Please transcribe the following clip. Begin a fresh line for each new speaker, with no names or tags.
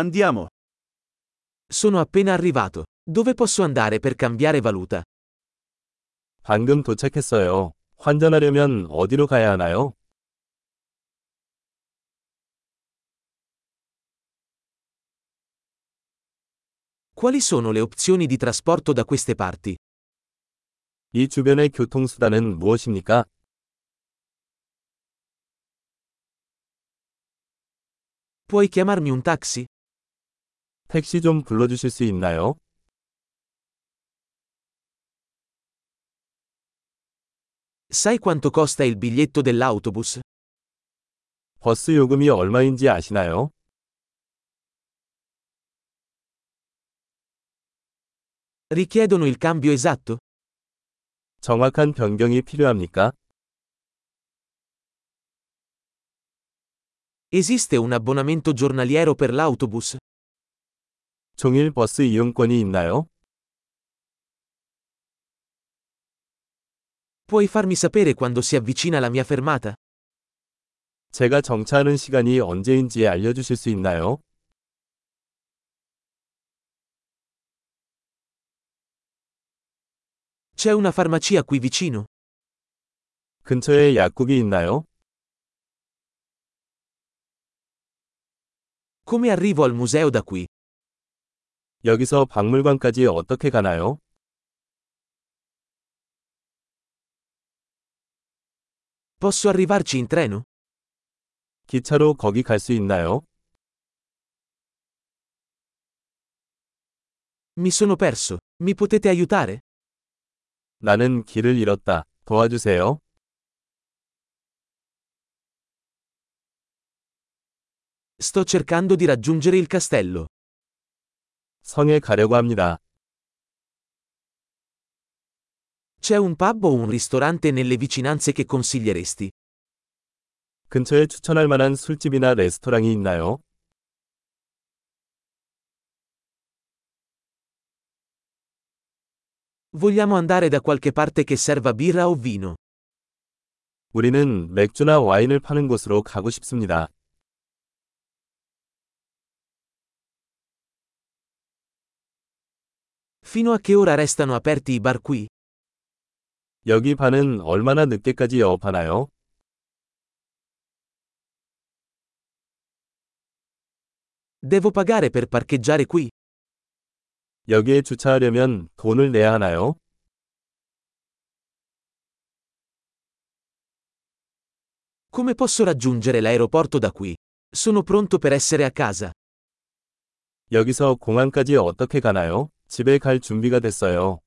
Andiamo.
Sono appena arrivato. Dove posso andare per cambiare valuta?
방금 도착했어요. 환전하려면 어디로 가야 하나요?
Quali sono le opzioni di trasporto da queste parti?
이 주변의 교통수단은 무엇입니까?
Puoi chiamarmi un taxi?
택시 좀 불러주실 수 있나요?
Sai quanto costa il biglietto dell'autobus?
버스 요금이 얼마인지 아시나요?
Richiedono il cambio esatto?
정확한 변경이 필요합니까?
Esiste un abbonamento giornaliero per l'autobus?
종일 버스 이용권이 있나요?
Puoi farmi sapere quando si avvicina la mia fermata?
제가 정차하는 시간이 언제인지 알려주실 수 있나요?
C'è una farmacia qui vicino?
근처에 약국이 있나요?
Come arrivo al museo da qui?
여기서 박물관까지 어떻게 가나요?
Posso arrivarci in treno?
기차로 거기 갈 수 있나요?
Mi sono perso. Mi potete aiutare?
나는 길을 잃었다. 도와주세요.
Sto cercando di raggiungere il castello.
성에 가려고 합니다.
C'è un pub o un ristorante nelle vicinanze che consiglieresti?
근처에 추천할 만한 술집이나 레스토랑이 있나요?
Vogliamo andare da qualche parte che serva birra o vino.
우리는 맥주나 와인을 파는 곳으로 가고 싶습니다.
Fino a che ora restano aperti i bar qui?
여기 반은 얼마나 늦게까지 영업하나요?
Devo pagare per parcheggiare qui?
여기에 주차하려면 돈을 내야 하나요?
Come posso raggiungere l'aeroporto da qui? Sono pronto per essere a casa.
여기서 공항까지 어떻게 가나요? 집에 갈 준비가 됐어요.